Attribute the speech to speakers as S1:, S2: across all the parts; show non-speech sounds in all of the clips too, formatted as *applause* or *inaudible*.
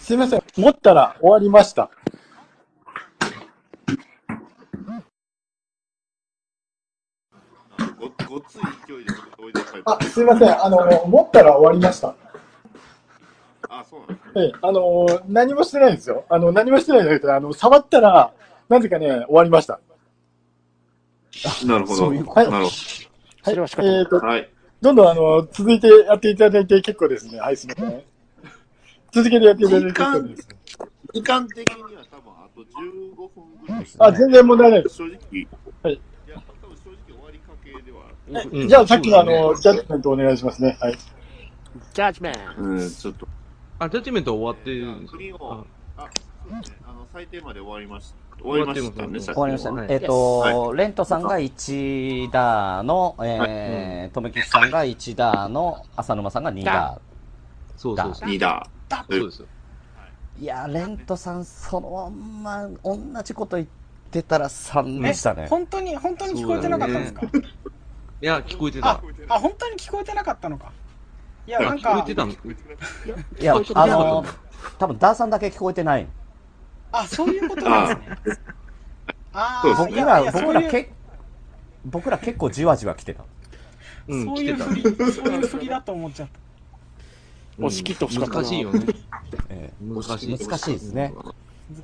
S1: すいません。持ったら終わりました。
S2: ごごっつい勢いでおいでなさい。
S1: あ、すいません。あの、持ったら終わりました。
S2: あ、そうなんですね。
S1: ええ、あの、何もしてないんですよ。あの、何もしてないんだけど、あの、触ったら、なぜかね、終わりました。
S2: なるほど。
S1: そういうこと
S2: なるほ
S1: はい。
S3: それは仕方ない
S1: えっ、と
S2: ど。、はい。
S1: どんどん、あの、続いてやっていただいて結構ですね。はい、すいません。続けてやっていただいて結構です。
S2: 時間的には多分あと15分ぐらい。
S1: あ、全然問題ないです。
S2: 正直。
S1: はい
S2: いや、多分正直終わりかけではある。
S3: うん
S1: じゃあ、さっきのあ
S3: そう
S1: の、ジャッジメントお願いしますね。はい。
S3: ジャッジメント
S2: うん、ちょっと。
S4: あ、ジャッジメント終わって
S2: じ
S4: る
S2: ゃ
S4: ん
S2: あ
S4: です
S2: フリーを、あ、そうですね。あの、最低まで終わりました。終わりましたね、
S4: 終
S5: わかりました
S2: ね。
S4: はい
S5: えっ、と、レントさんが1ダーの、えー、とめきちさんが1ダーの、浅沼さんが2ダ
S4: そうそうそう。
S2: リーダ
S4: そうですよ。
S5: ー。いやー、レントさん、そのまんま、同じこと言ってたら3でしたね。
S6: 本当に、本当に聞こえてなかったんですか、
S4: いや、聞こえて
S6: あ
S4: た。、
S6: あ、本当に聞こえてなかったのか。いや、
S2: はい
S6: なん
S4: 聞こえ
S6: か
S4: て、たの
S5: いや
S4: 聞こえて、なか
S5: あ
S4: った
S5: のー、多分ダーさんだけ聞こえてない。
S6: あ、そうい
S4: *laughs*
S6: うことなんですね。あ
S2: そ
S6: あ、
S2: うで
S6: い
S5: 僕
S6: やい
S5: ら、
S6: や、そ
S5: 僕
S6: う
S5: ら
S6: いう、
S5: け僕ら結構じわじわ来てた。
S4: うん、
S6: そう
S4: 来
S6: い
S4: て
S6: う
S4: た。
S6: ふり、そういうふりだと思っちゃった。
S4: うん
S3: 押し切ってほしかったな
S4: 難しいよね。
S5: え
S4: 難しい。
S5: 難しいですね。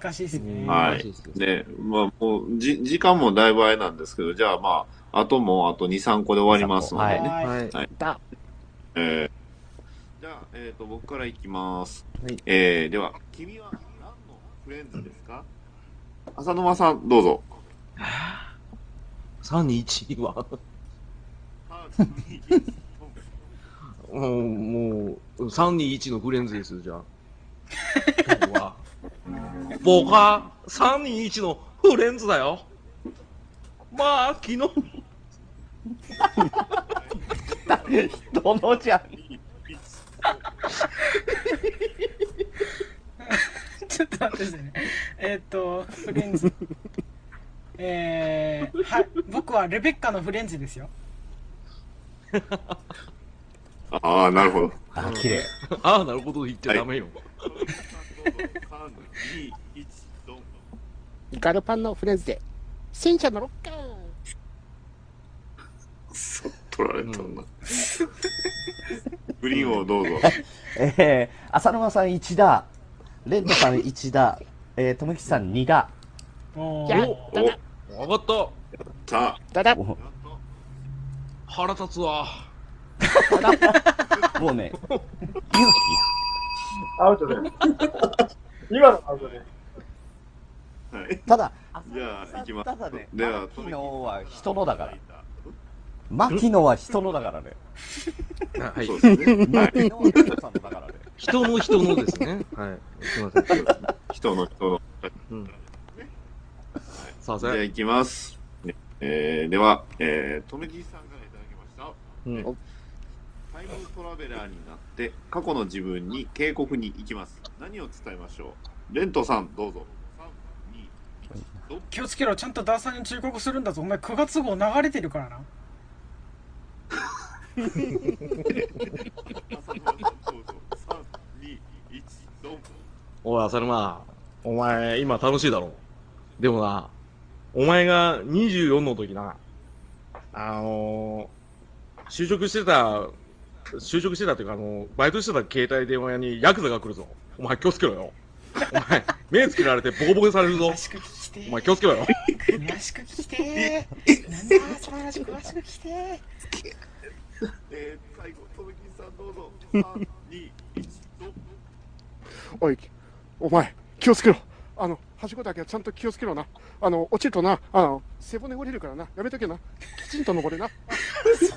S6: 難しいですね。
S2: は
S4: 難
S2: い
S4: しいですよ。
S2: ね、まあ、もう、じ、時間もだいぶあれなんですけど、じゃあまあ、あともうあと2、3個で終わりますのでね。
S6: は
S3: はい。
S2: はい
S3: だ。
S2: えーじゃあ、えっ、と、僕からいきます。
S4: はい
S2: えーでは、君は何のフレンズですか浅沼さん、どうぞ。
S4: 3、2、1は。うんもう、321のフレンズですよ、じゃあ。僕
S3: *laughs*
S4: は、僕は321のフレンズだよ。まあ、昨日、
S5: どのじゃん。
S6: い *laughs* ちょっと待ってくださいね。えーっと、フレンズ。えー、はい、僕はレベッカのフレンズですよ。
S2: ああ、なるほど。
S5: あ、綺麗。
S4: ああ、なるほど、言っちゃダメよ。
S2: 3、2、1、ドン。
S3: ガルパンのフレンズで、戦車のロッカー
S2: そっ取られたな。グリーンをどうぞ。
S5: えー、浅沼さん1ダー、レントさん1ダー、えー、とめきちさん2ダ
S6: お
S3: や
S6: ー
S3: った
S2: お、
S3: な、
S4: わかった。
S2: さあ、
S3: だだ、
S5: ー。お
S4: 腹立つわ。
S3: だだ、
S5: もうね、勇
S1: アウトで。今のアウトで。
S2: はい。
S5: 気ただ、
S2: じゃあ、いきます。
S5: ただね、
S2: では、
S5: 昨日は人のだから。
S2: ら。
S5: 牧野は人のだからね。
S4: は
S2: そう
S4: い。
S2: ですね。はい。
S5: 牧野はレントさんのだからね。
S4: 人の人のですね。はい。すいません。
S2: 人の人の。
S4: うん。さあ、
S2: じゃあ、
S4: せ。
S2: いきます。ねえーでは、えー、とめきさんからいただきました。
S4: うん
S2: タイムトラベラーになって、過去の自分に警告に行きます。何を伝えましょうレントさん、どうぞ。3、2、1、ど
S6: 気をつけろ、ちゃんとダーさんに忠告するんだぞ。お前9月号流れてるからな。
S2: 浅沼さん、どうぞ。3、2、1、どん。
S4: おい、浅沼。お前、今楽しいだろ。でもな、お前が24の時な、あのー、就職してた、就職してたっていうか、あのー、バイトしてた携帯電話屋にヤクザが来るぞ。お前気をつけろよ。お前、目つけられてボコボコにされるぞ
S6: 詳。しく聞きて
S4: お前気をつけろよ。
S6: ー。詳しく聞きてー。なんだ、その話詳しく聞きてー。
S2: えー、最後、とめきさん、どうぞ。3、2、1、どん。
S7: おい、お前、気をつけろ。あの、はしごだけはちゃんと気をつけろな。あの、落ちるとな、あの、背骨折れるからな。やめとけな。きちんと登れな。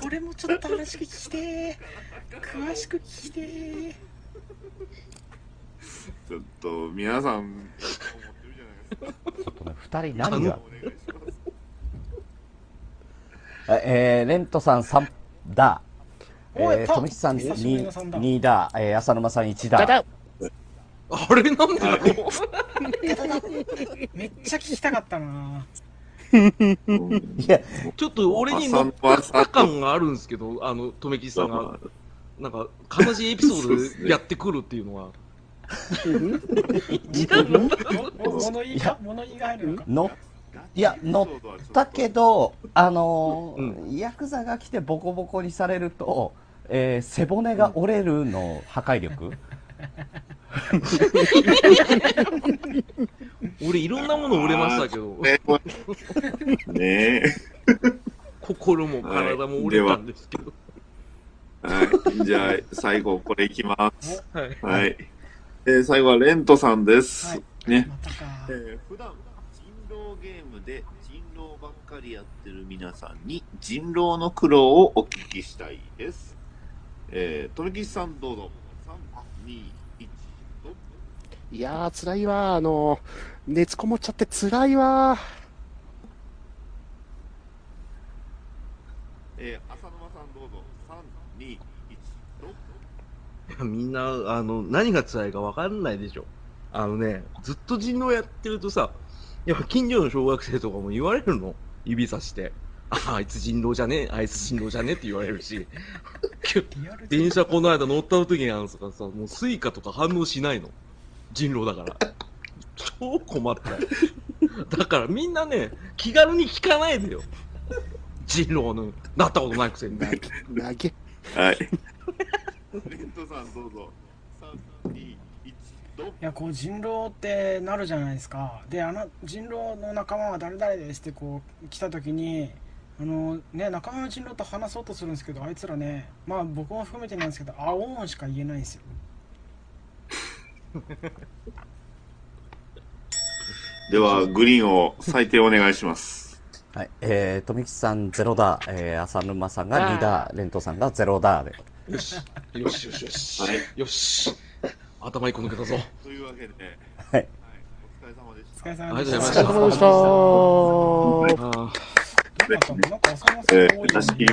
S6: それもちょっと話聞きてー詳しく聞きてー
S2: ちょっと、皆さん、思ってるじゃないですか。
S5: この二人何が
S2: お願いします。
S5: えー、レントさん3ダー、
S6: おい
S5: えー、
S6: た
S5: とめきちさん
S6: 久しぶりの三ダー
S5: 2, 二ダー、えー、浅沼さん1ダ
S3: だ
S5: ー。
S3: だ、
S4: *laughs* あれなんでだろう。
S6: めっちゃ聞きたかったな
S2: うん
S5: いや、
S4: ちょっと俺に乗った感があるんですけど、あの、とめきさんが、なんか悲しいエピソードでやってくるっていうのは、
S6: も物言いが、物言いが入るのか。
S5: 乗いや乗ったけど、あのーヤクザが来てボコボコにされると、えー背骨が折れるの破壊力、
S4: 俺いろんなもの売れましたけど、
S2: ね *laughs* ねえ。
S4: 心も体も折れたんですけど。
S2: はい。じゃあ、最後、これいきます。
S4: はい。
S2: はい。えー最後は、レントさんです。
S6: はい
S2: ね。
S6: またか
S2: え。ー普段、人狼ゲームで人狼ばっかりやってる皆さんに、人狼の苦労をお聞きしたいです。えー、とめきちさんどうぞ。3、2、1、どうぞ
S7: いやー、辛いわー。あのー、熱こもっちゃって辛いわ
S2: えー、浅沼さんどうぞ。3、2、1、どうぞ。
S4: みんな、あの、何が辛いか分かんないでしょ。あのね、ずっと人狼やってるとさ、やっぱ近所の小学生とかも言われるの。指さして。あ、あいつ人狼じゃねえ、あいつ人狼じゃねえって言われるし。
S6: リアルで
S4: 電車この間乗った時にあのさ、さもうスイカとか反応しないの。人狼だから。超困ったよ。だからみんなね、気軽に聞かないでよ。人狼の、なったことないくせに。
S7: ー。投げ。
S2: はい。レントさんどうぞ。3、2、1、どうぞ。
S6: いやこう人狼ってなるじゃないですかであの人狼の仲間は誰々ですってこう来た時にあのね仲間の人狼と話そうとするんですけどあいつらねまあ僕も含めてなんですけどあおーんしか言えないんですよ
S2: では、グリーンを採点お願いします。
S5: はいえー、富吉さん0ダー、えー浅沼さんが2ダー、レントさんが0ダーで、
S4: よし、よしよしよし、
S2: はい
S4: よし、頭一個抜けたぞ。
S2: というわけで、
S5: はい
S2: お疲れ様でし
S6: お
S2: た
S6: 疲。れ
S4: ありがとうございまあ
S6: 様でどうだっ
S7: お疲れ様でしたー。
S6: たのなんか浅野さん
S2: え
S6: が多
S2: ー、
S6: いような
S2: 出し切り
S6: イメ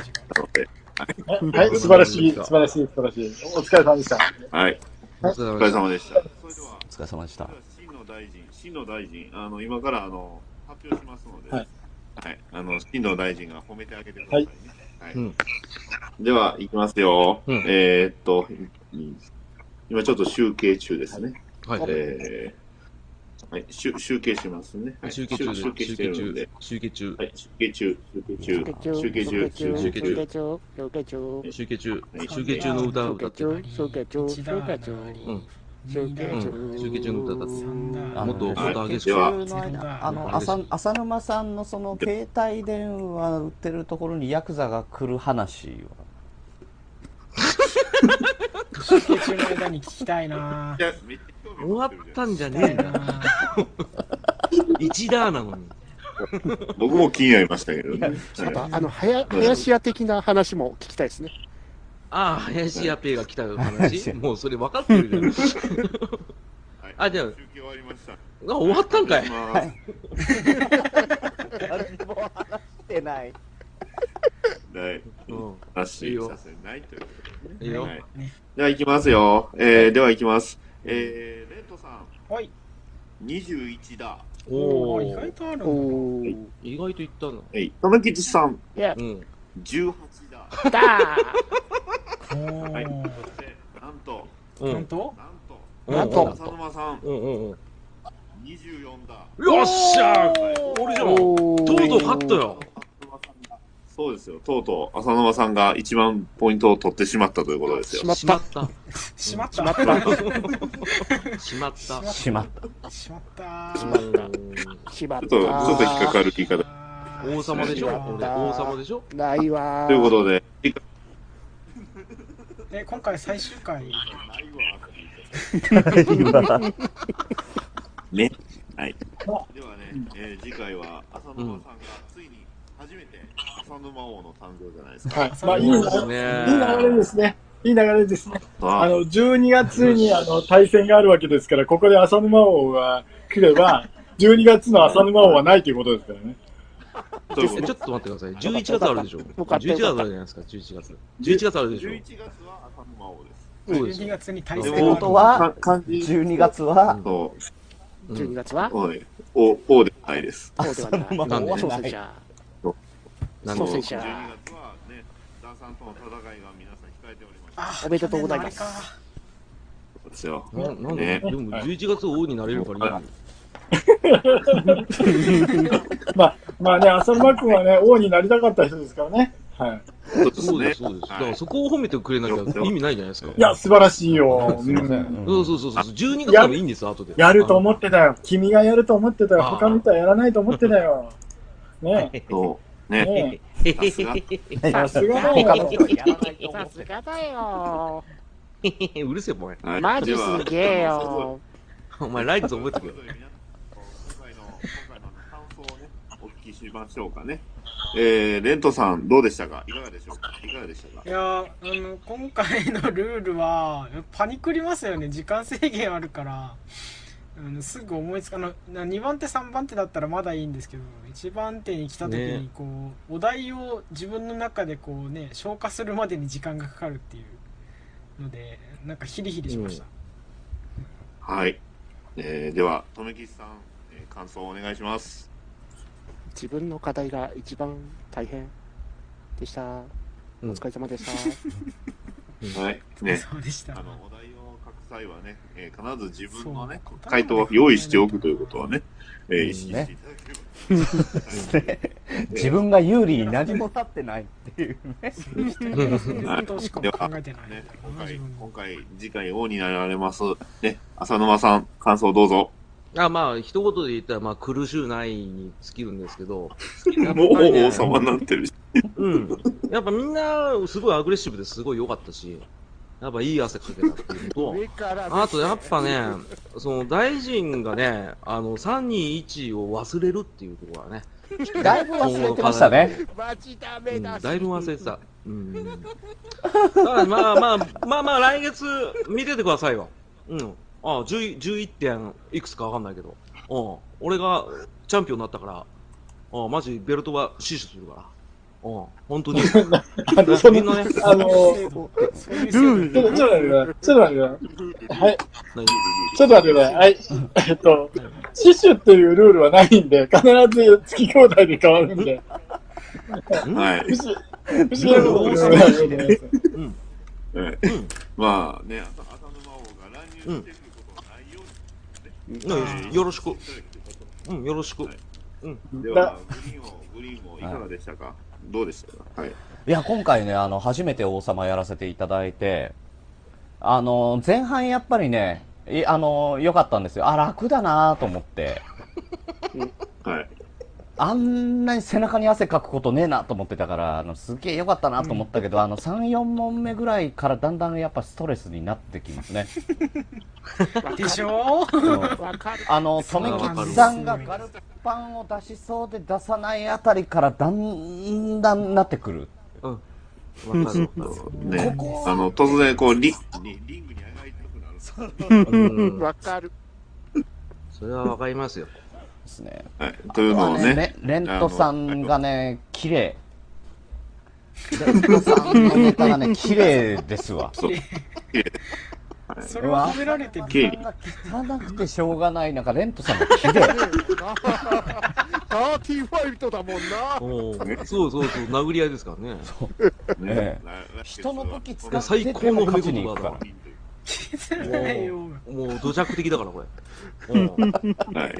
S2: ました
S6: ージが
S2: ので、
S1: はい、素晴らしい、素晴らしい、素晴らしい。お疲れ様でした。
S2: はい、
S4: お
S2: お
S4: 疲
S2: 疲
S4: れ
S2: れ
S4: 様
S2: 様でした。それでは、
S5: お疲れ様でし
S2: それ
S5: た
S2: では。真の大臣、真の大臣、あの、今から、あの、発表しますので、は
S1: はいい、
S2: あの、真の大臣が褒めてあげてくださいね。はい。
S4: うん
S2: では、いきますよ。
S4: うん
S2: えーっと、今ちょっと集計中ですね。
S4: はい、
S2: えーはい、集集計しますね。はい
S4: 集計中です
S2: 集計
S4: 集
S2: して
S4: 計
S2: るので。、はい、集計
S4: 中集計中、
S2: 中、集計中、集計中、集
S4: 集
S2: 計
S4: 計
S2: 中
S4: 中。
S7: 中
S4: 集計中
S2: はい、
S4: 集計中の歌を歌って、
S7: 中中
S6: 一だな
S4: うん
S6: 二だ
S4: うん集計中の歌だって
S6: 三だ
S5: あ
S4: もっと、もっ
S5: はい
S4: と激し
S2: で
S4: く。
S2: は
S5: あの浅浅沼さんのその携帯電話売ってるところにヤクザが来る話は
S6: 集計中の間に聞きたいな
S2: めっちゃめっちゃ興味
S4: 終
S2: 持
S4: わ
S2: ってる
S4: っ
S2: じゃ
S4: たんじゃ
S6: 聞き
S4: ねえ
S6: た
S4: ん
S6: い
S4: だ。
S6: な
S4: 一ダーなのに。
S2: ん僕も気になりましたけどね。
S7: ま
S2: は
S7: た、あの、はや、林家的な話も聞きたいですね。
S4: ああ、林家ペイが来た話もうそれ分かってるじゃん。
S2: い
S4: あじゃあ
S2: 集計終わりました。
S4: あ終わったんかい。
S2: まあ
S5: 誰も話してない
S2: はい、
S4: うん。
S2: 話させないというこ
S4: いいよ
S2: と。は。い。では、行きますよ。えー、では行きます。えー、レントさ
S6: はい
S2: ん、21だ。
S4: お
S6: おー意外
S4: ー、
S6: とあるんだ
S7: おー。
S4: 意外といったな。
S2: はい。とめきちさん、
S4: うん。
S2: 18だ。
S7: だ
S6: お
S2: はい。
S6: ー
S2: そして、なんと、
S4: う
S6: 本
S2: なん
S4: ん。
S6: 当
S2: と、
S4: うん
S7: なんと
S2: 浅沼さん、
S4: うんうんうん。
S2: 24だ。
S4: よっしゃー俺じゃんと
S7: おー。
S4: うとう勝ったよ
S2: そうですよ。とうとう、浅沼さんが一番ポイントを取ってしまったということですよ
S7: し。まっ
S4: しま
S7: た。
S4: った。
S6: しまっ
S7: しまったた。
S4: しまった。
S5: しまった
S6: しまった
S7: しまったしまっ
S2: ちょっと、
S7: た。
S2: ちょっと引っかかる言い方。
S4: 王様でしょ
S7: しまった
S4: 俺、王様でしょ
S7: ないわー。
S2: ということで、
S6: え今回最終回
S4: *laughs*
S2: ね。はい。ではね、えー次回は浅沼さんがついに初めて浅沼王の誕生じゃないですか。
S1: はい。まあ、いい流れ、いい
S4: そうで
S1: 流れですね。いい流れですね。
S2: あ
S1: あの、12月にあの対戦があるわけですから、ここで浅沼王が来れ *laughs* ば、12月の浅沼王はないということですからね。
S2: ということ
S4: えち
S2: で
S4: ょっと待ってください。11月あるでしょ
S7: よかった
S4: ?11 月あるじゃないですか、11月。11月あるでしょ
S2: 11月は浅沼王です。
S4: そうです
S6: 12
S4: よ。
S6: 月に対
S4: でも
S6: 戦がある
S5: 本当は
S2: 漢
S5: 12月は
S2: と、
S4: うん
S7: 12月は
S2: はい。お、王ではないです。
S7: そうではない。
S5: ま
S4: なんで
S7: そうせじゃ。
S4: なん
S7: そ
S4: で
S7: うそう
S2: 12月はね、ダンさんとの戦いが皆さん控えておりました。
S7: おめでとうございます
S6: あ去年のあれか
S2: ですよ。
S4: ななんだ、
S2: ね
S4: でも11月王になれるからいいよ
S1: まあ、まあね、浅沼君はね、王になりたかった人ですからね。はい。
S2: そうで
S4: そうです、そうです。だ
S2: は
S4: から
S2: い
S4: そこを褒めてくれなきゃ意味ないじゃないですか。
S1: いや、素晴らしいよ。
S3: すいません
S1: うん
S4: そうそうそうそう。12月でもいいんですよ、後で。
S1: やると思ってたよ。君がやると思ってたよ。
S4: あー
S1: 他の人はやらないと思ってた *laughs* よ。ねえ
S2: そう。ね。
S1: ね
S2: さすが。
S1: えさすがだ
S5: 他の
S1: よ。
S5: 人はやらないと思
S3: さ
S5: って
S3: すがだよ。
S4: *laughs* う。うるせえ、お前。
S2: はい
S3: マジすげえ。
S2: では
S3: よ。
S4: お前、来月
S2: とい
S4: 覚え
S2: うことと
S4: け
S2: で
S4: よ。
S2: 皆さん今回の今回の感想をね、お聞きしましょうかね。えー、レントさん、どうでしたかいかがでしょうかいかがでした
S6: い
S2: か
S6: やーあの今回のルールはパニクりますよね時間制限あるからあのすぐ思いつかのな2番手3番手だったらまだいいんですけど1番手に来た時
S4: ね
S6: にこう、お題を自分の中でこうね消化するまでに時間がかかるっていうのでなんかヒリヒリしました、
S2: はい。えー、では、とめきちさん、えー感想をお願いします。
S8: 自分の課題が一番大変でした。お
S4: ん
S8: 疲れ様でした。
S2: はい。ね。
S6: そうでした
S2: あの、お題を書く際はね、えー必ず自分のね
S6: そう、
S2: 回答を用意しておくということはね、えー
S5: うん
S2: 意識していただければ。 *laughs*
S5: 自分が有利に何も立ってないっていうね。
S6: そんなことしか考えてないんだ
S2: ね
S6: よ、
S2: 今
S6: な自
S2: 回、
S6: 分も
S2: 今回、次回王になられます。ね、浅沼さん、感想どうぞ。
S4: *laughs* あまあ、一言で言ったら、まあ、苦しゅうないに尽きるんですけど。やっぱ
S2: もう
S4: りね
S2: 王様になってるし。
S4: うん。やっぱみんな、すごいアグレッシブですごい良かったし、やっぱいい汗かけたっていうのと、あとやっぱね、その大臣がね、あの、321を忘れるっていうところはね、
S5: だいぶ忘れてましたね。
S8: マジダ
S4: う
S8: メ
S4: ん、だ
S8: だ
S4: いぶ忘れてた。うん。ただまあまあ、まあまあ来月見ててくださいよ。うん。ああ、10 11点いくつかわかんないけど。うん。俺がチャンピオンになったから、うん、マジベルトは死守するから。うん。本当に。
S1: あの、そ
S4: みんな
S1: の、
S4: ね、
S1: あの、ち
S6: 制度そういう制度
S7: ルー
S1: ょっと
S7: ル。
S1: ちょっと待ってください。ちょっと待ってください。はい。ちょっ
S4: 何
S1: と待ってください。はい。えっと、シシュっていうルールはないんで、必ず月兄弟で変わるんで。
S2: はい。
S1: 不思議なことですね
S2: はい
S4: うん
S2: まあね、浅浅沼王が乱入してくることのないように、ね
S4: うん
S2: えー
S4: よろしく
S2: していただければと
S4: うん、よろしく。
S2: はい
S1: うん
S2: で
S1: だ
S2: は、グリーンを、グリーンをいかがでしたか、どうでしたかはい。
S5: いや、今回ね、あの、初めて王様やらせていただいて、あの、前半やっぱりね、いあの、良かったんですよ。あ、楽だなと思って。
S2: はい。
S5: あんなに背中に汗かくことねえなと思ってたから、あの、すげえ良かったなと思ったけど、あの、3、4問目ぐらいからだんだんやっぱストレスになってきますね。
S6: でしょ
S5: *laughs* その
S8: わかる。
S5: あの、富吉さんがガルパンを出しそうで出さないあたりからだんだんなってくる。
S4: わかるわか
S2: ね、あの、突然、こう、リリリングに上がりたくなる。
S4: る。うん。
S8: わかる。
S4: それはわかりますよ。
S5: ですね。
S2: はい。というのをね、
S5: レレントさんがね、綺麗。レントさんのネタが *laughs* ね、綺麗ですわ。
S2: そう。
S6: それは褒められてる
S2: 綺麗
S5: さんが汚くてしょうがない中、レントさんが綺麗。
S7: ダーティーファイトだもんな。
S4: おーそうそうそう、殴り合いですからね。
S5: え
S2: 来
S5: え
S2: 来月は
S5: 人の時使
S2: この
S5: ってても勝ちに行くか
S4: 最高の褒め言葉だな。
S5: ら
S6: 削れないよ
S4: もう土着的だから、これ。おうん。
S2: はい。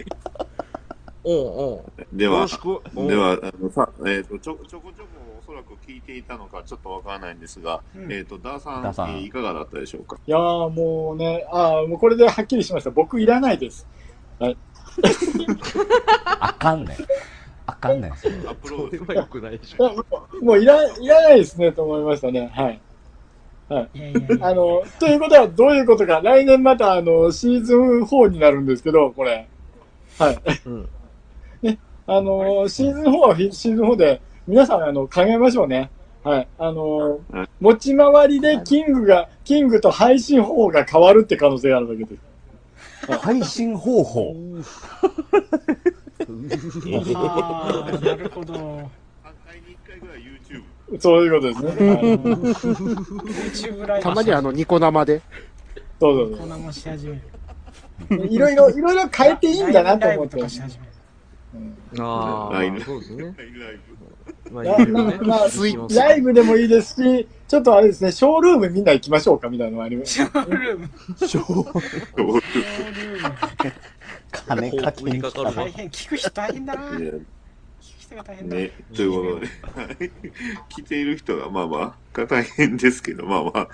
S4: おうん
S2: で
S4: よ
S2: は
S4: ろし、く。おう
S2: で、は、あのさ、えっ、と、ちょ、ちょこちょこおそらく聞いていたのか、ちょっとわからないんですが、
S6: うん
S2: えっ、と、ダーさん、
S5: ダーさん
S2: えーいかがだったでしょうか
S1: いやーもうね、あーもうこれではっきりしました。僕いらないです。
S5: あかんねん。あかんねん。それ
S2: アップロ
S4: こ
S2: ー
S4: れ
S2: ド
S4: は良くないでし
S1: い
S4: ょ。
S1: やもうもういらいらないですねと思いましたね。はい。
S6: いやいやいや
S1: あの、ということはどういうことか、来年またあの、シーズン4になるんですけど、これ。はい。
S4: うん。
S1: あの、シーズン4はフィシーズン4で、皆さんあの、考えましょうね。はい。あの
S2: はい、
S1: 持ち回りでキングが、キングと配信方法が変わるって可能性があるわけです。
S5: 配信方法。
S6: ああ、 *laughs* なるほど。
S2: 3回に1回ぐらい YouTube。
S1: そういうことですね。はい
S6: YouTube ライブ
S7: たまにあの、ニコ生で。
S1: そうそう
S6: こんなもんし始める。
S1: そう。いろいろ、いろいろ変えていいんだなと思って
S6: ライブとかし始める。
S4: あ
S2: ライブ
S4: あ、そうですね。
S2: ライブ
S4: まあ、いろいろね。
S1: まあ
S4: 聞きます
S1: ライブでもいいですし、ちょっとあれですね、ショールームみんな行きましょうかみたいなのもあります。
S6: ショールーム。ショールーム。
S5: 金かけに来た
S4: ここにかか
S5: な
S4: る
S6: 大変、聞く人大変だな。聞
S2: ね
S6: く人が大変
S2: *laughs*
S6: だ。
S2: ね、ということで、はい来ている人がまあまあ、が大変ですけど、まあまあ、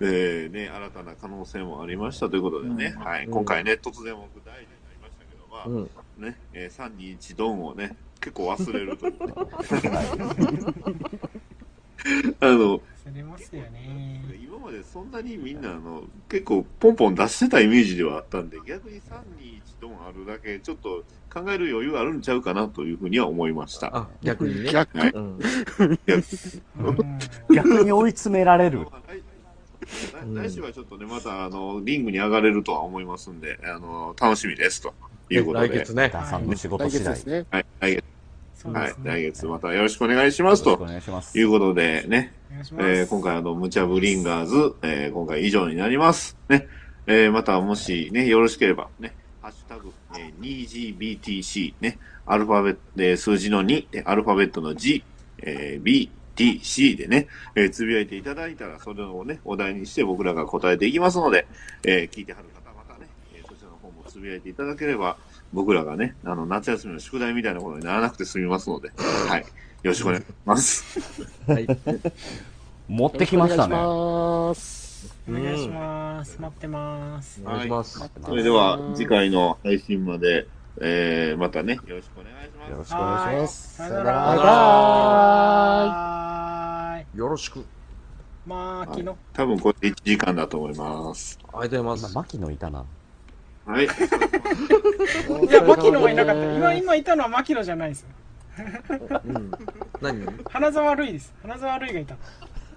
S2: えーね、新たな可能性もありましたということでね、はい、
S4: うん
S2: 今回ね、突然僕大事になりましたけど、まあ、
S4: うん。
S2: ね、えー、3、2、1、ドンをね、結構忘れるというね。 *laughs* あの、
S6: 忘れますよね。
S2: 今までそんなにみんなあの、結構ポンポン出してたイメージではあったんで、逆に3、2、1、ドンあるだけ、ちょっと考える余裕あるんちゃうかなというふうには思いました。
S4: あ、逆にね。
S7: 逆
S2: はい
S4: うん。
S6: うん
S5: 逆に追い詰められる。
S4: うん
S2: 来来週はちょっとね、またあのリングに上がれるとは思いますんで、あの楽しみですということで、
S4: 来月ね。
S5: ダさんの仕事
S7: 来
S5: 次
S7: 月
S5: 第。よ
S7: ですね。
S2: はい、来月
S6: そう
S2: は
S6: で
S2: い
S6: す、ね。
S2: 来月またよろしくお願いしま
S5: ろ
S2: す
S5: しくお
S2: と
S5: 願いします。
S2: いうことでね、
S6: お願いします。
S2: えー今回あの、無茶ぶリンガーズ、えー今回以上になります。ね、えーまたもしね、よろしければね、ハッシュタグ、えー 2GBTC ね、アルファベット、えー数字の2、えーアルファベットの G、えー BTC でね、えーつぶやいていただいたら、それをね、お題にして僕らが答えていきますので、えー聞いてはる方、またね、えーそちらの方もつぶやいていただければ、僕らがね、あの、夏休みの宿題みたいなことにならなくて済みますので、はい。よろしくお願いします。
S4: はい。
S5: 持ってきましたね。
S7: よろしくお願
S6: お願
S7: いします。
S6: いします。待ってます。
S4: お願いします。
S2: それでは次回の配信まで、えー、またね、よろしくお願いします
S5: よ。ろしくお願いします。
S6: はいさよ
S5: さよ
S6: なら
S4: バイ
S5: バイ
S6: はーい。
S4: よろしく。
S6: まあ、昨日。
S2: 多分これ1時間だと思います。
S4: ありがとうございま
S5: 今、
S4: す。
S5: 牧野いたな。
S2: はい。
S6: いや、牧野はいなかった。今、今いたのは牧野じゃないです。
S4: うん。何
S6: 花沢類です。花沢類がいた。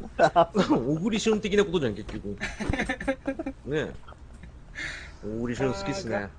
S4: *laughs* 小栗旬的なことじゃん、結局。ねえ。小栗旬好きっすね。